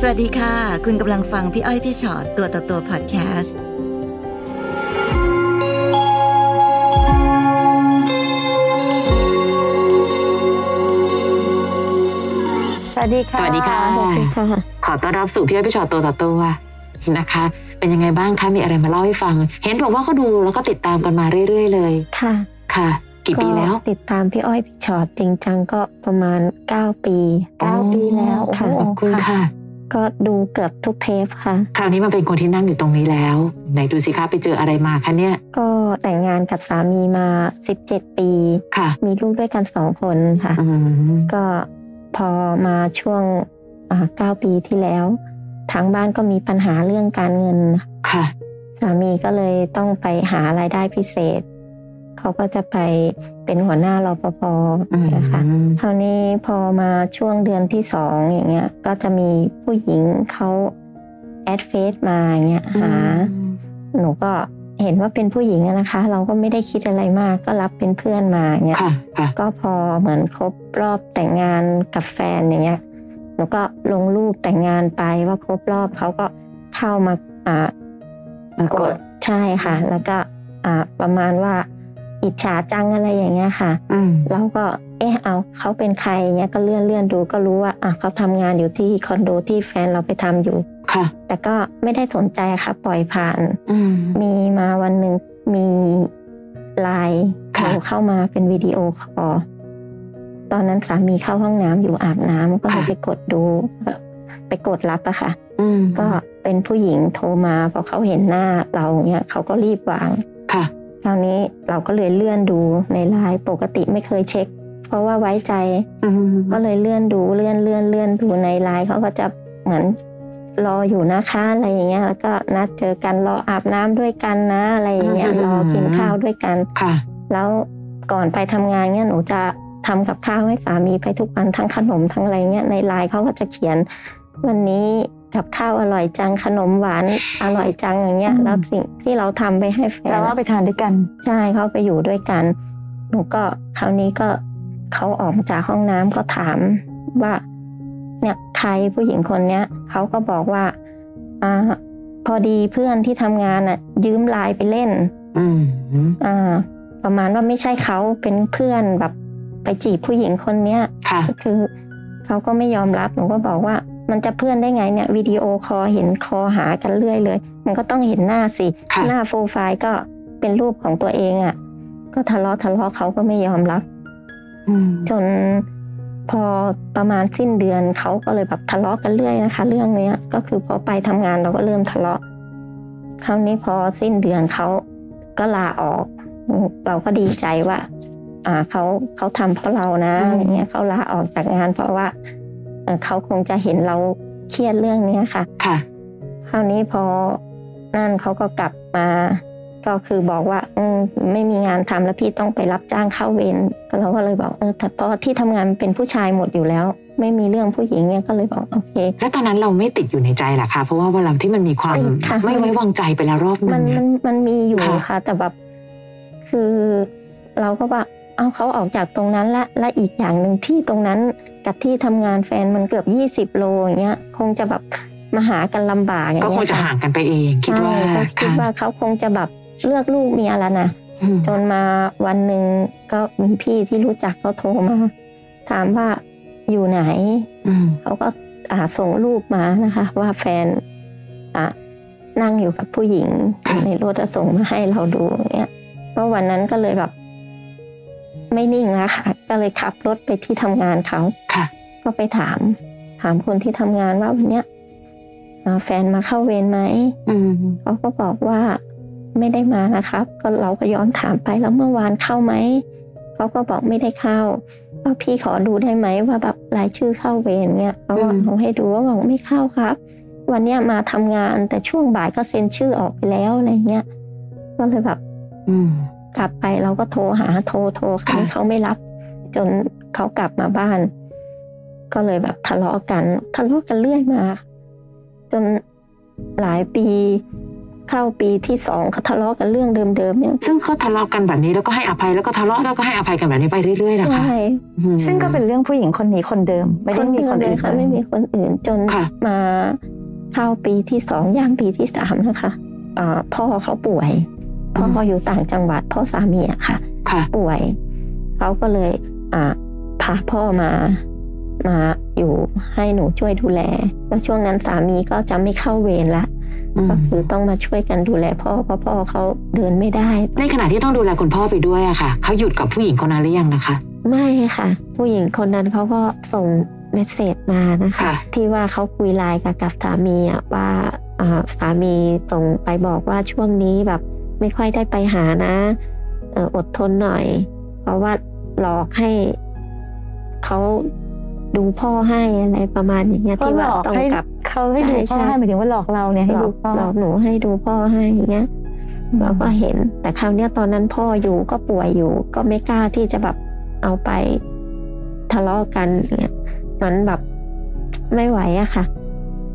สวัสดีค่ะ คุณกำลังฟังพี่อ้อยพี่ชอตตัวต่อตัวพอดแคสต์ สวัสดีค่ะ สวัสดีค่ะ ขอต้อนรับสู่พี่อ้อยพี่ชอตตัวต่อตัวนะคะ เป็นยังไงบ้างคะมีอะไรมาเล่าให้ฟัง เห็นบอกว่าก็ดูแล้วก็ติดตามกันมาเรื่อย ๆ เลย ค่ะ ค่ะ กี่ปีแล้ว ติดตามพี่อ้อยพี่ชอตจริงจังก็ประมาณ 9 ปี เก้าปีแล้ว ค่ะ ขอบคุณค่ะ ก็ดูเกือบทุกเทปค่ะ คราวนี้มาเป็นคนที่นั่งอยู่ตรงนี้แล้ว ไหนดูสิคะไปเจออะไรมาคะเนี่ย ก็แต่งงานกับสามีมา 17 ปี ค่ะ มีลูกด้วยกันสองคนค่ะ อืม ก็พอมาช่วงอ่า9 ปีที่แล้ว ทางบ้านก็มีปัญหาเรื่องการเงิน ค่ะ สามีก็เลยต้องไปหารายได้พิเศษ เขาก็จะไปเป็นหัวหน้ารปภ อืม นะคะ คราวนี้พอมาช่วงเดือนที่สองอย่างเงี้ย ก็จะมีผู้หญิงเขาแอดเฟซมาอย่างเงี้ยหา หนูก็เห็นว่าเป็นผู้หญิงอะนะคะ เราก็ไม่ได้คิดอะไรมากก็รับเป็นเพื่อนมาอย่างเงี้ย ค่ะค่ะ ก็พอเหมือนครบรอบแต่งงานกับแฟนอย่างเงี้ยหนูก็ลงรูปแต่งงานไปว่าครบรอบเขาก็เข้ามาอ่า ปรากฏ ใช่ค่ะ แล้วก็อ่าประมาณว่าอิจฉาจังอะไรอย่างเงี้ยค่ะ อืม แล้วก็เอ๊ะเอาเขาเป็นใครเงี้ยก็เลื่อนเลื่อนดูก็รู้ว่าอ่ะเขาทำงานอยู่ที่คอนโดที่แฟนเราไปทำอยู่ ค่ะ แต่ก็ไม่ได้สนใจค่ะ ปล่อยผ่าน อืม มีมาวันหนึ่งมีไลน์โท ค่ะ รเข้ามาเป็นวิดีโอคอลตอนนั้นสามีเข้าห้องน้ำอยู่อาบน้ำก็เลยไปกดดูแบบไปกดรับอะค่ะ อืม ก็เป็นผู้หญิงโทรมาพอเขาเห็นหน้าเราเนี่ยเขาก็รีบวาง ค่ะ คราวนี้เราก็เลยเลื่อนดูในไลน์ปกติไม่เคยเช็ค เพราะว่าไว้ใจ อืม ก็เลยเลื่อนดูเลื่อนเลื่อนเลื่อนดูในไลน์เขาก็จะเหมือนรออยู่นะคะอะไรอย่างเงี้ยแล้วก็นัดเจอกันรออาบน้ำด้วยกันนะอะไรอย่างเงี้ยรอกินข้าวด้วยกัน ค่ะ แล้วก่อนไปทำงานเนี่ยหนูจะทำกับข้าวให้สามีไปทุกวันทั้งขนมทั้งอะไรเนี่ยในไลน์เขาก็จะเขียน วันนี้กับข้าวอร่อยจังขนมหวานอร่อยจังอย่างเงี้ย อืม แล้วสิ่งที่เราทำไปให้แฟน เราว่าไปทานด้วยกัน ใช่เขาไปอยู่ด้วยกัน หนูก็คราวนี้ก็เขาออกมาจากห้องน้ำก็ถามว่าเนี่ยใครผู้หญิงคนเนี้ยเขาก็บอกว่าอ่าพอดีเพื่อนที่ทำงานอ่ะ ยืมไลน์ไปเล่น อืม อ่าประมาณว่าไม่ใช่เขาเป็นเพื่อนแบบไปจีบผู้หญิงคนเนี้ย ค่ะ ก็คือเขาก็ไม่ยอมรับหนูก็บอกว่า มันจะเพื่อนได้ไงเนี่ยวิดีโอคอลเห็นคอหากันเรื่อยเลย มันก็ต้องเห็นหน้าสิ ค่ะ หน้าโปรไฟล์ก็เป็นรูปของตัวเองอะ่ะ ก็ทะเลาะทะเลาะเขาก็ไม่ยอมรับ อืม จนพอประมาณสิ้นเดือนเขาก็เลยแบบทะเลาะกันเรื่อยนะคะ เรื่องเนี้ยก็คือพอไปทำงานเราก็เริ่มทะเลาะคราวนี้พอสิ้นเดือนเขาก็ลาออก เราก็ดีใจว่า อ่าเขาเขาทำเพราะเรานะ อืม อะไรเงี้ยเขาลาออกจากงาน เพราะว่าเอ่อเขาคงจะเห็นเราเครียดเรื่องเนี้ยค่ะ ค่ะ คราวนี้พอนั่นเขาก็กลับมา ก็คือบอกว่าอืมไม่มีงานทำแล้วพี่ต้องไปรับจ้างเข้าเวรก็เราก็เลยบอกเออแต่เพราะที่ทำงานเป็นผู้ชายหมดอยู่แล้ว ไม่มีเรื่องผู้หญิงเนี่ยก็เลยบอกโอเค แล้วตอนนั้นเราไม่ติดอยู่ในใจเหรอคะ เพราะว่าเวลาที่มันมีความ ติดค่ะ ไม่ไว้วางใจไปแล้วรอบหนึ มัน งเนี่ มั ย นมันมีอยู่ ค่ะ ค่ะ แต่แบบคือเราก็ว่าเอาเขาออกจากตรงนั้นละและอีกอย่างหนึ่งที่ตรงนั้นกับที่ทำงานแฟนมันเกือบ 20 โลอย่างเงี้ย คงจะแบบมาหากันลำบากอย่า ก็ เย คงจะ ค่ ห่างกันไปเอง คิดว่า ใช่ก็คิด ค่ะ ว่าเขาคงจะแบบเลือกลูกเมียแล้วนะ อืม จนมาวันหนึ่งก็มีพี่ที่รู้จักเขาโทรมา ถามว่าอยู่ไหน อืม เขาก็อ่าส่งรูปมานะคะ ว่าแฟนอ่ะนั่งอยู่กับผู้หญิงอยู่ในรถแล้วส่งมาให้เราดูอย่างเงี้ยเพราะวันนั้นก็เลยแบบ ไม่นิ่งแล้วค่ะ ก็เลยขับรถไปที่ทำงานเขา ค่ะ ก็ไปถาม ถามคนที่ทำงานว่าวันเนี้ยอ่าแฟนมาเข้าเวรไหม อืม เขาก็บอกว่าไม่ได้มานะครับ ก็เราก็ย้อนถามไปแล้วเมื่อวานเข้าไหมเขาก็บอกไม่ได้เข้าว่าพี่ขอดูได้ไหมว่าแบบรายชื่อเข้าเวรเนี่ยเขาก็เอาให้ดูว่าบอกไม่เข้าครับ วันเนี้ยมาทำงานแต่ช่วงบ่ายก็เซ็นชื่อออกไปแล้วอะไรเงี้ยก็เลยแบบ อืม กลับไปเราก็โทรหาโทรโทรใคร ค่ะ เขาไม่รับ จนเขากลับมาบ้าน ก็เลยแบบทะเลาะกันทะเลาะกันเรื่อยมา จนหลายปี เข้าปีที่สองเขาทะเลาะกันเรื่องเดิมๆเนี่ย ซึ่งก็ทะเลาะกันแบบนี้แล้วก็ให้อภัยแล้วก็ทะเลาะแล้วก็ให้อภัยกันแบบนี้ไปเรื่อยๆนะคะ ใช่ อืม ซึ่งก็เป็นเรื่องผู้หญิงคนนี้คนเดิม ไม่ได้มีคนอื่น ค่ะไม่มีคนอื่นจน ค่ะ มาเข้าปีที่สองย่างปีที่สามนะคะอ่าพ่อเขาป่วยพ่อเขาอยู่ต่างจังหวัดพ่อสามีอะค่ะ ค่ะ ป่วยเขาก็เลยอ่าพาพ่อมามาอยู่ให้หนูช่วยดูแล แล้วช่วงนั้นสามีก็จะไม่เข้าเวรละ อืม ก็คือต้องมาช่วยกันดูแลพ่อเพราะพ่อเขาเดินไม่ได้ ในขณะที่ต้องดูแลคุณพ่อไปด้วยอะค่ะเขาหยุดกับผู้หญิงคนนั้นหรือยังนะคะ ไม่ค่ะ ผู้หญิงคนนั้นเขาก็ส่งเมสเซจมานะคะ ค่ะ ที่ว่าเขาคุยไลน์กับกับสามีอะว่าอ่าสามีส่งไปบอกว่าช่วงนี้แบบไม่ค่อยได้ไปหานะเอ่ออดทนหน่อย เพราะว่าหลอกให้เขาดูพ่อให้อะไรประมาณอย่างเงี้ย เขา ที่ หล ว่า อก ต้อง ให้ กลับ เขาให้ดูพ่อ ใช่ใช่ ให้หมายถึงว่าหลอกเราเนี่ยให้ หลอ ดู ก พ่อ หลอกหนูให้ดูพ่อให้อย่างเงี้ย อืม เราก็เห็น แต่คราวเนี้ยตอนนั้นพ่ออยู่ก็ป่วยอยู่ ก็ไม่กล้าที่จะแบบเอาไปทะเลาะกันอย่างเงี้ยมันแบบไม่ไหวอะค่ะ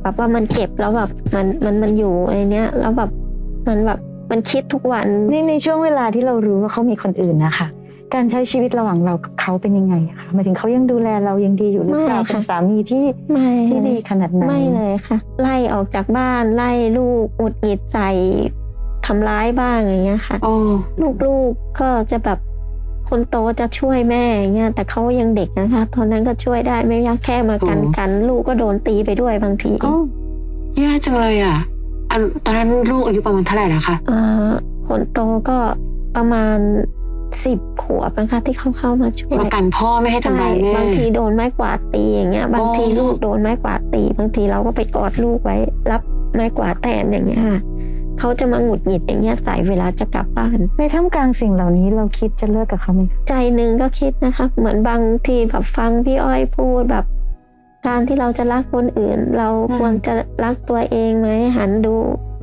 แบบว่ามันเก็บแล้วแบบมันมันมันอยู่ไอเนี้ยแล้วแบบมันแบบมันคิดทุกวัน นี่ในช่วงเวลาที่เรารู้ว่าเขามีคนอื่นนะคะ การใช้ชีวิตระหว่างเรากับเขาเป็นยังไงอะคะหมายถึงเขายังดูแลเรายังดีอยู่หรือเปล่าเป็นสามีที่ ไม่ ที่ เล ดี ย ขนาดไหน ไม่เลยค่ะ ไล่ออกจากบ้านไล่ลูกอุดอิดใส่ทำร้ายบ้างอย่างเงี้ยค่ะ โอ้ ลูกๆกก็จะแบบคนโตจะช่วยแม่อย่างเงี้ยแต่เขายังเด็กนะคะตอนนั้นก็ช่วยได้ไม่ยากแค่มากัน โอ้ กัน ลูกก็โดนตีไปด้วยบางที โอ้แย่จังเลยอะอันตอนนั้นลูกอายุประมาณเท่าไหร่ละคะ อ่าคนโตก็ประมาณสิบขวบนะคะที่เขาเข้ามาช่วย ประกันพ่อไม่ให้ทำร้ายแม่ บางทีโดนไม้กวาดตีอย่างเงี้ย บางที โอ้ ลูกโดนไม้กวาดตี บางทีเราก็ไปกอดลูกไว้ รับไม้กวาดแทนอย่างเงี้ยค่ะเขาจะมาหงุดหงิดอย่างเงี้ยใส่เวลาจะกลับบ้าน ในท่ามกลางสิ่งเหล่านี้เราคิดจะเลิกกับเขาไหมคะ ใจหนึ่งก็คิดนะคะ เหมือนบางทีแบบฟังพี่อ้อยพูดแบบ การที่เราจะรักคนอื่น เรา อืม ควรจะรักตัวเองไหมหันดู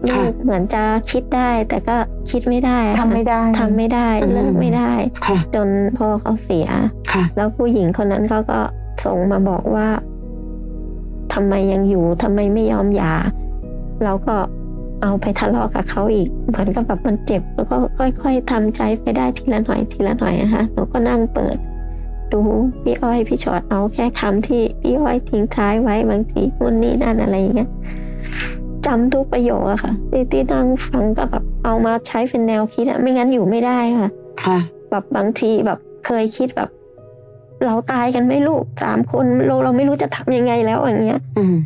ลู ค่ะ กเหมือนจะคิดได้ แต่ก็คิดไม่ได้ ทำไม่ได้ ทำไม่ได้ อืม เลิกไม่ได้ ค่ะ จนพ่อเขาเสีย ค่ะ แล้วผู้หญิงคนนั้นเขาก็ส่งมาบอกว่าทำไมยังอยู่ทำไมไม่ยอมหย่าเราก็เอาไปทะเลาะกับเขาอีกเหมือนกับแบบมันเจ็บ แล้วก็ค่อยๆทำใจไปได้ทีละหน่อยทีละหน่อยนะคะหนูก็นั่งเปิด ดูพี่อ้อยพี่ชอตเอาแค่คำที่พี่อ้อยทิ้งท้ายไว้บางทีนู่นนี่นั่นอะไรอย่างเงี้ยจำทุกประโยคอะค่ะที่ที่นั่งฟังก็แบบเอามาใช้เป็นแนวคิดอะไม่งั้นอยู่ไม่ได้ค่ะ ค่ะ แบบบางทีแบบเคยคิดแบบ เราตายกันไหม่ลูกสามคนเราเราไม่รู้จะทำยังไงแล้วอย่างเงี้ย อืม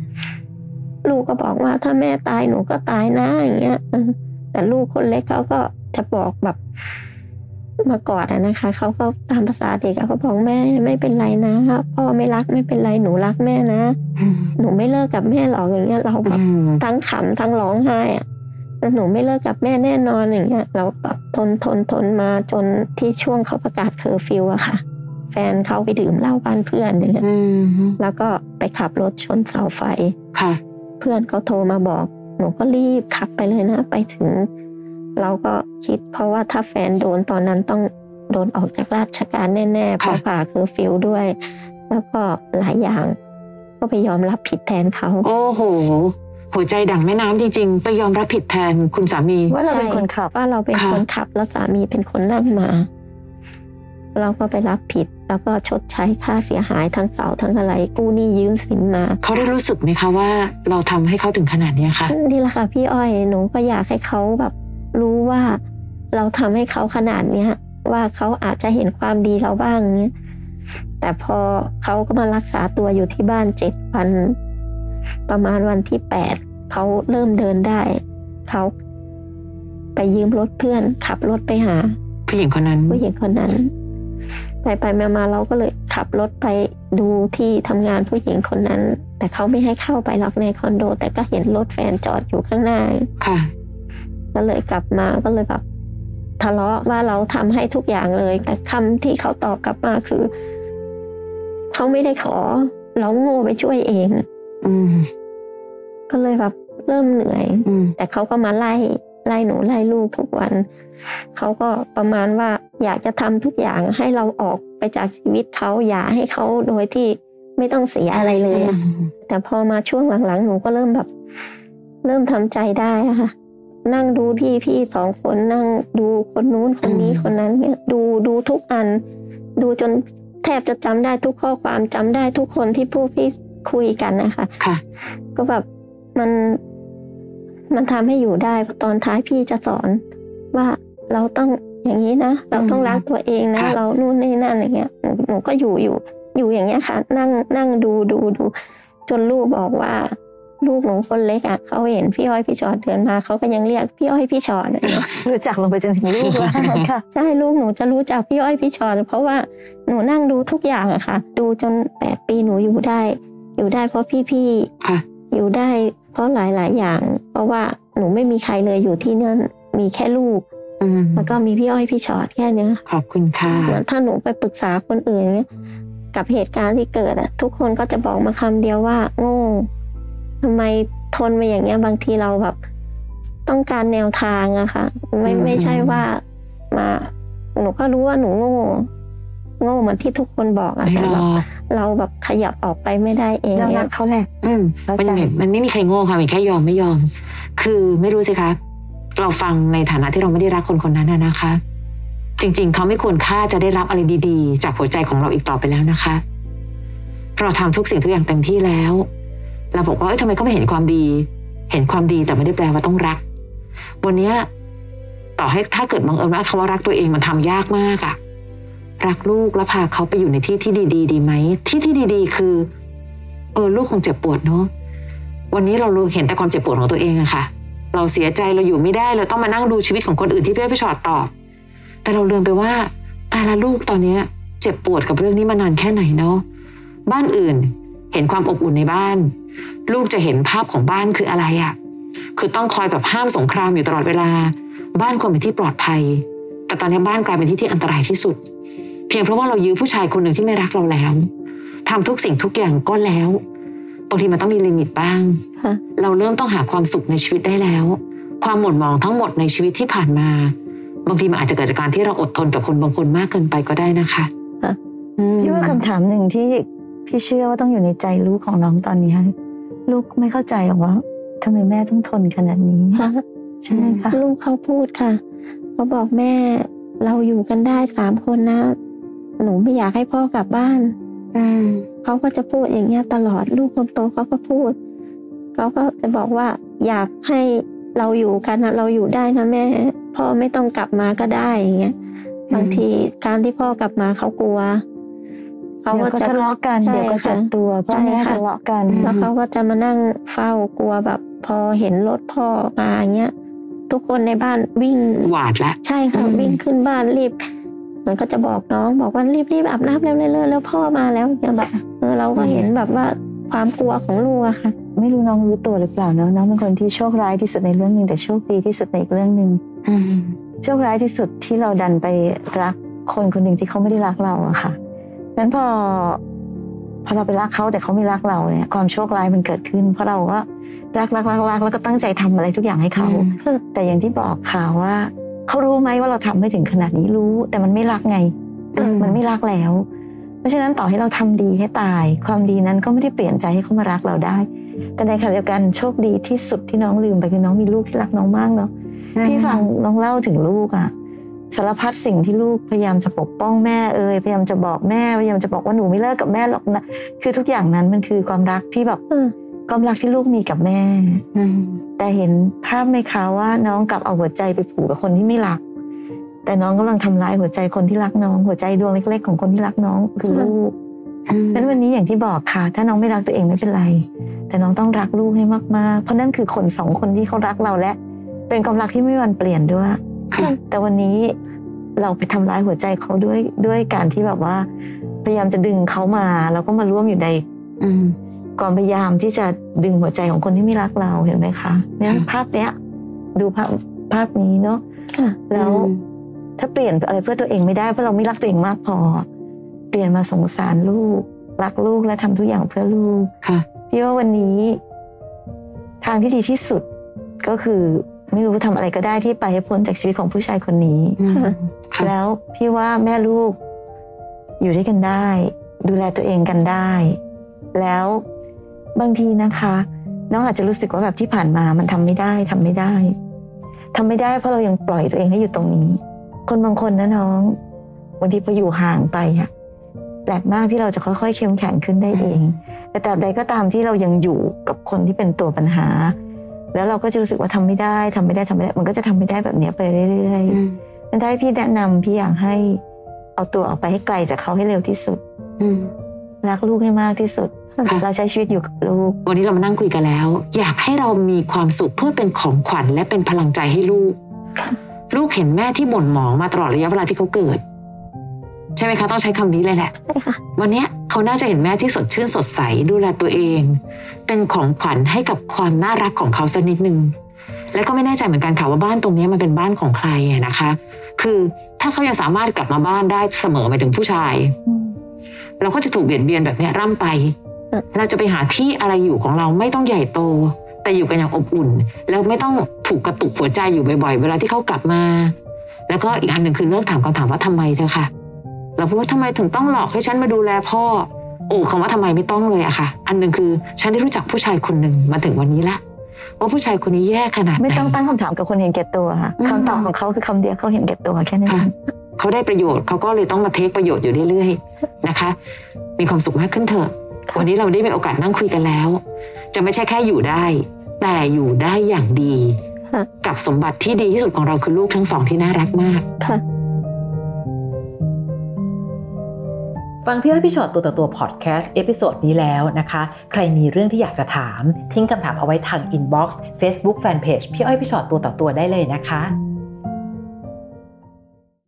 ลูกก็บอกว่าถ้าแม่ตายหนูก็ตายนะอย่างเงี้ยเออแต่ลูกคนเล็กเขาก็จะบอกแบบมากอดอะนะคะเขาก็ตามภาษาเด็กอะเขาบอกแม่ไม่เป็นไรนะพ่อไม่รักไม่เป็นไรหนูรักแม่นะ อืม หนูไม่เลิกกับแม่หรอกอย่างเงี้ยเราแบบ อืม ทั้งขำทั้งร้องไห้อะแต่หนูไม่เลิกกับแม่แน่นอนอย่างเงี้ยเราแบบทนทนทนมาจนที่ช่วงเขาประกาศเคอร์ฟิวอะค่ะ แฟนเขาไปดื่มเหล้าบ้านเพื่อนอย่างเงี้ย อืม แล้วก็ไปขับรถชนเสาไฟ ค่ะ เพื่อนเขาโทรมาบอก หนูก็รีบขับไปเลยนะ ไปถึง เราก็คิดเพราะว่าถ้าแฟนโดนตอนนั้นต้องโดนออกจากราชการแน่ๆเพราะผ่าเคอร์ฟิวด้วย แล้วก็หลายอย่าง ก็ไปยอมรับผิดแทนเขา โอ้โห หัวใจดั่งแม่น้ำจริงๆ ไปยอมรับผิดแทนคุณสามี ว่าเราเป็นคนขับ ว่าเราเป็น ค่ะ คนขับแล้วสามีเป็นคนนั่งมา เราก็ไปรับผิด แล้วก็ชดใช้ค่าเสียหายทั้งเสาทั้งอะไร กู้หนี้ยืมสินมา เขาได้รู้สึกไหมคะว่าเราทำให้เขาถึงขนาดเนี้ยคะ นี่แหละค่ะพี่อ้อยหนูก็อยากให้เขาแบบรู้ว่าเราทำให้เขาขนาดเนี้ย ว่าเขาอาจจะเห็นความดีเราบ้างเนี้ยแต่พอเขาก็มารักษาตัวอยู่ที่บ้านเจ็ดวัน ประมาณวันที่แปดเขาเริ่มเดินได้เขาไปยืมรถเพื่อน ขับรถไปหา ผู้หญิงคนนั้น ผู้หญิงคนนั้น ไปไปมามาเราก็เลยขับรถไปดูที่ทำงานผู้หญิงคนนั้น แต่เขาไม่ให้เข้าไปหรอกในคอนโด แต่ก็เห็นรถแฟนจอดอยู่ข้างหน้า ค่ะ ก็เลยกลับมาก็เลยแบบทะเลาะว่าเราทำให้ทุกอย่างเลย แต่คำที่เขาตอบกลับมาคือเขาไม่ได้ขอ เราโง่ไปช่วยเอง อืม ก็เลยแบบเริ่มเหนื่อย อืม แต่เขาก็มาไล่ไล่หนูไล่ลูกทุกวัน เขาก็ประมาณว่าอยากจะทำทุกอย่างให้เราออกไปจากชีวิตเขาอย่าให้เขาโดยที่ไม่ต้องเสียอะไรเลยอะแต่พอมาช่วงหลังๆ หนูก็เริ่มแบบ เริ่มทำใจได้อะค่ะ นั่งดูพี่พี่สองคนนั่งดูคนนู้นคนนี้ อืม คนนั้นเนี่ยดูดูทุกอัน ดูจนแทบจะจำได้ทุกข้อความจำได้ทุกคนที่พวกพี่คุยกันนะคะ ค่ะ ก็แบบมันมันทำให้อยู่ได้เพราะตอนท้ายพี่จะสอนว่าเราต้องอย่างนี้นะเราต้อง อืม รักตัวเองนะ ค่ะ เรานู่นนี่นั่นอย่างเงี้ยหนูหนูก็อยู่อยู่ อยู่อย่างเงี้ยค่ะ นั่งนั่งดูดูดู จนลูกบอกว่า ลูกหนูคนเล็กอ่ะเขาเห็นพี่อ้อยพี่ชอตเดินมาเขาก็ยังเรียกพี่อ้อยพี่ชอตอะ รู้จักลงไปจนถึงลูกแล้วค่ะ ใช่ลูกหนูจะรู้จักพี่อ้อยพี่ชอนเพราะว่าหนูนั่งดูทุกอย่างอะค่ะ ดูจนแปดปีหนูอยู่ได้ อยู่ได้เพราะพี่ ค่ะ ๆอยู่ได้เพราะหลายๆอย่าง เพราะว่าหนูไม่มีใครเลยอยู่ที่นั่นมีแค่ลูก อืม แล้วก็มีพี่อ้อยพี่ชอตแค่เนี้ย ขอบคุณค่ะ เหมือนถ้าหนูไปปรึกษาคนอื่นเนี้ยกับเหตุการณ์ที่เกิดอะทุกคนก็จะบอกมาคำเดียวว่า โง่ทำไมทนมาอย่างเงี้ยบางทีเราแบบ ต้องการแนวทางอะค่ะ ไม่ อืม ไม่ใช่ว่ามา หนูก็รู้ว่าหนูโง่ โง่เหมือนที่ทุกคนบอกอะ ไม่ แต่ หร แบบ อก เราแบบขยับออกไปไม่ได้เอง เรารั เนี่ย กเขาแหละ อืม เข้า มัน ใจ ไม่มันไม่มีใครโง่ค่ะมีแค่ยอมไม่ยอม คือไม่รู้สิคะ เราฟังในฐานะที่เราไม่ได้รักคนคนนั้นนะนะคะ จริง ๆ เขาไม่ควรค่าจะได้รับอะไรดีๆ จากหัวใจของเราอีกต่อไปแล้วนะคะ เราทำทุกสิ่งทุกอย่างเต็มที่แล้ว เราบอกว่าเอ้ยทำไมก็ไม่เห็นความดี เห็นความดีแต่ไม่ได้แปลว่าต้องรัก วันเนี้ยต่อให้ถ้าเกิดบังเอิญว่าคำว่ารักตัวเองมันทำยากมากอะรักลูกแล้วพาเขาไปอยู่ในที่ที่ดีๆ ดีไหมที่ที่ดี ๆ คือ เออลูกคงเจ็บปวดเนาะวันนี้เรารู้เห็นแต่ความเจ็บปวดของตัวเองอะค่ะ เราเสียใจเราอยู่ไม่ได้เราต้องมานั่งดูชีวิตของคนอื่นที่พี่อ้อยพี่ชอตตอบ แต่เราลืมไปว่าตาละลูกตอนเนี้ย เจ็บปวดกับเรื่องนี้มานานแค่ไหนเนาะบ้านอื่น เห็นความอบอุ่นในบ้าน ลูกจะเห็นภาพของบ้านคืออะไรอะคือต้องคอยแบบห้ามสงครามอยู่ตลอดเวลา บ้านควรเป็นที่ปลอดภัย แต่ตอนนี้บ้านกลายเป็นที่ที่อันตรายที่สุด เพียงเพราะว่าเรายื้อผู้ชายคนหนึ่งที่ไม่รักเราแล้วทำทุกสิ่งทุกอย่างก็แล้วบางทีมันต้องมีลิมิตบ้าง ค่ะ เราเริ่มต้องหาความสุขในชีวิตได้แล้ว ความหม่นหมองทั้งหมดในชีวิตที่ผ่านมา บางทีมันอาจจะเกิดจากการที่เราอดทนกับคนบางคนมากเกินไปก็ได้นะคะ ค่ะ อืม พี่ว่าคำถามหนึ่งที่พี่เชื่อว่าต้องอยู่ในใจลูกของน้องตอนนี้ลูกไม่เข้าใจหรอกว่าทำไมแม่ต้องทนขนาดนี้ ค่ะ ใช่ไหมคะ ลูกเขาพูดค่ะเขาบอกแม่เราอยู่กันได้สามคนนะ หนูไม่อยากให้พ่อกลับบ้าน อืม เขาก็จะพูดอย่างเงี้ยตลอดลูกคนโตเขาก็พูดเขาก็จะบอกว่าอยากให้เราอยู่กันนะเราอยู่ได้นะแม่พ่อไม่ต้องกลับมาก็ได้อย่างเงี้ยบางทีการที่พ่อกลับมาเขากลัวเขา เดี๋ยวก็ก็ จะ ทะเลาะกัน ใช่ เดี๋ยวก็เจ็บ ค่ะ ตัวพ่อแม่ ใช่ค่ะ ทะเลาะกัน แล้วเขาก็จะมานั่งเฝ้ากลัวแบบ พอเห็นรถพ่อมาอย่างเงี้ยทุกคนในบ้านวิ่ง หวาดละ ใช่ค่ะ อืม วิ่งขึ้นบ้านรีบ มันก็จะบอกน้องบอกว่ารีบรีบอาบน้ำเร็วเร็วเร็วเร็วพ่อมาแล้วเนี่ยแบบเออเราก็เห็นแบบว่าความกลัวของลูกอะค่ะ ไม่รู้น้องรู้ตัวหรือเปล่าเนอะน้องเป็นคนที่โชคร้ายที่สุดในเรื่องหนึ่งแต่โชคดีที่สุดในอีกเรื่องหนึ่ง อืม โชคร้ายที่สุดที่เราดันไปรักคนคนหนึ่งที่เขาไม่ได้รักเราอะค่ะนั้นพอพอเราไปรักเขาแต่เขาไม่รักเราเนี่ยความโชคร้ายมันเกิดขึ้น เพราะเราก็รักรักรักรักแล้วก็ตั้งใจทำอะไรทุกอย่างให้เขา อืม แต่อย่างที่บอกค่ะว่าเขารู้ไหมว่าเราทำไม่ถึงขนาดนี้รู้ แต่มันไม่รักไง อืม มันไม่รักแล้ว เพราะฉะนั้นต่อให้เราทำดีให้ตาย ความดีนั้นก็ไม่ได้เปลี่ยนใจให้เขามารักเราได้ แต่ในขณะเดียวกันโชคดีที่สุดที่น้องลืมไปคือน้องมีลูกที่รักน้องมากเนาะ พี่ฟังน้องเล่าถึงลูกอะสารพัดสิ่งที่ลูกพยายามจะปกป้องแม่เอ่ยพยายามจะบอกแม่พยายามจะบอกว่าหนูไม่เลิกกับแม่หรอกนะคือทุกอย่างนั้นมันคือความรักที่แบบ อืม ความรักที่ลูกมีกับแม่ อืม แต่เห็นภาพไหมคะว่าน้องกลับเอาหัวใจไปผูกกับคนที่ไม่รัก แต่น้องกำลังทำร้ายหัวใจคนที่รักน้อง หัวใจดวงเล็ก ๆ ของคนที่รักน้องคือ ค่ะ ลูกเพราะฉะนั้นวันนี้อย่างที่บอกค่ะ ถ้าน้องไม่รักตัวเองไม่เป็นไร แต่น้องต้องรักลูกให้มากๆ เพราะนั่นคือคนสองคนที่เขารักเราและ เป็นความรักที่ไม่มีวันเปลี่ยนด้วย ค่ะ แต่วันนี้เราไปทำร้ายหัวใจเขาด้วยด้วยการที่แบบว่า พยายามจะดึงเขามาแล้วก็มาร่วมอยู่ใน อืม ความพยายามที่จะดึงหัวใจของคนที่ไม่รักเราเห็นไหมคะเนี่ย ค่ะ ภาพเนี้ย ดูภาพภาพนี้เนาะ ค่ะ แล้วถ้าเปลี่ยนอะไรเพื่อตัวเองไม่ได้เพราะเราไม่รักตัวเองมากพอ เปลี่ยนมาสงสารลูก รักลูกและทำทุกอย่างเพื่อลูก ค่ะ พี่ว่าวันนี้ ทางที่ดีที่สุดก็คือไม่รู้ทำอะไรก็ได้ที่ไปให้พ้นจากชีวิตของผู้ชายคนนี้ อืมค่ะ แล้วพี่ว่าแม่ลูกอยู่ด้วยกันได้ ดูแลตัวเองกันได้ แล้วบางทีนะคะ น้องอาจจะรู้สึกว่าแบบที่ผ่านมามันทำไม่ได้ทำไม่ได้ ทำไม่ได้เพราะเรายังปล่อยตัวเองให้อยู่ตรงนี้ คนบางคนนะน้องบางทีพออยู่ห่างไปอะแปลกมากที่เราจะค่อยๆเข้มแข็งขึ้นได้เอง แต่ตราบใดก็ตามที่เรายังอยู่กับคนที่เป็นตัวปัญหา แล้วเราก็จะรู้สึกว่าทำไม่ได้ทำไม่ได้ทำไม่ได้ มันก็จะทำไม่ได้แบบเนี้ยไปเรื่อย อืม ๆนั่นได้พี่แนะนำพี่อยากให้เอาตัวออกไปให้ไกลจากเขาให้เร็วที่สุด อืม รักลูกให้มากที่สุด ค่ะ เราใช้ชีวิตอยู่กับลูก วันนี้เรามานั่งคุยกันแล้ว อยากให้เรามีความสุขเพื่อเป็นของขวัญและเป็นพลังใจให้ลูก ค่ะ ลูกเห็นแม่ที่บ่นหมองมาตลอดระยะเวลาที่เขาเกิด ใช่ไหมคะ ต้องใช้คำนี้เลยแหละ ใช่ค่ะ วันเนี้ยเขาน่าจะเห็นแม่ที่สดชื่นสดใสดูแลตัวเอง เป็นของขวัญให้กับความน่ารักของเขาสักนิดนึง และก็ไม่แน่ใจเหมือนกันค่ะว่าบ้านตรงเนี้ยมันเป็นบ้านของใครอะนะคะ คือถ้าเขายังสามารถกลับมาบ้านได้เสมอหมายถึงผู้ชาย เราก็จะถูกเบียดเบียนแบบเนี้ยร่ำไป อืม เราจะไปหาที่อะไรอยู่ของเราไม่ต้องใหญ่โต แต่อยู่กันอย่างอบอุ่น แล้วไม่ต้องถูกกระตุกหัวใจอยู่บ่อยๆ เวลาที่เขากลับมา แล้วก็อีกอันหนึ่งคือเลิกถามคำถามว่าทำไมเธอะค่ะ เราพูดว่าทำไมถึงต้องหลอกให้ฉันมาดูแลพ่อ โอ้คำว่าทำไมไม่ต้องเลยอะค่ะ อันหนึ่งคือฉันได้รู้จักผู้ชายคนหนึ่งมาถึงวันนี้ละว่าผู้ชายคนนี้แย่ขนาดไหน ไม่ต้องตั้งคำถามกับคนเห็นแก่ตัวค่ะ อืม คำตอบของเขาคือคำเดียวเขาเห็นแก่ตัวแค่นั้นเอ ค่ะ ง เขาได้ประโยชน์เขาก็เลยต้องมาเทคประโยชน์อยู่เรื่อยๆนะคะ มีความสุขมากขึ้นเถอะ ค่ะ วันนี้เราได้มีโอกาสนั่งคุยกันแล้ว จะไม่ใช่แค่อยู่ได้ แต่อยู่ได้อย่างดี ค่ะ กับสมบัติที่ดีที่สุดของเราคือลูกทั้งสองที่น่ารักมาก ค่ะ ฟังพี่อ้อยพี่ชอตตัวต่อตัวพอดแคสต์เอพิโซดนี้แล้วนะคะ ใครมีเรื่องที่อยากจะถาม ทิ้งคำถามเอาไว้ทางอินบ็อกซ์เฟซบุ๊กแฟนเพจพี่อ้อยพี่ชอตตัวต่อตัวได้เลยนะคะ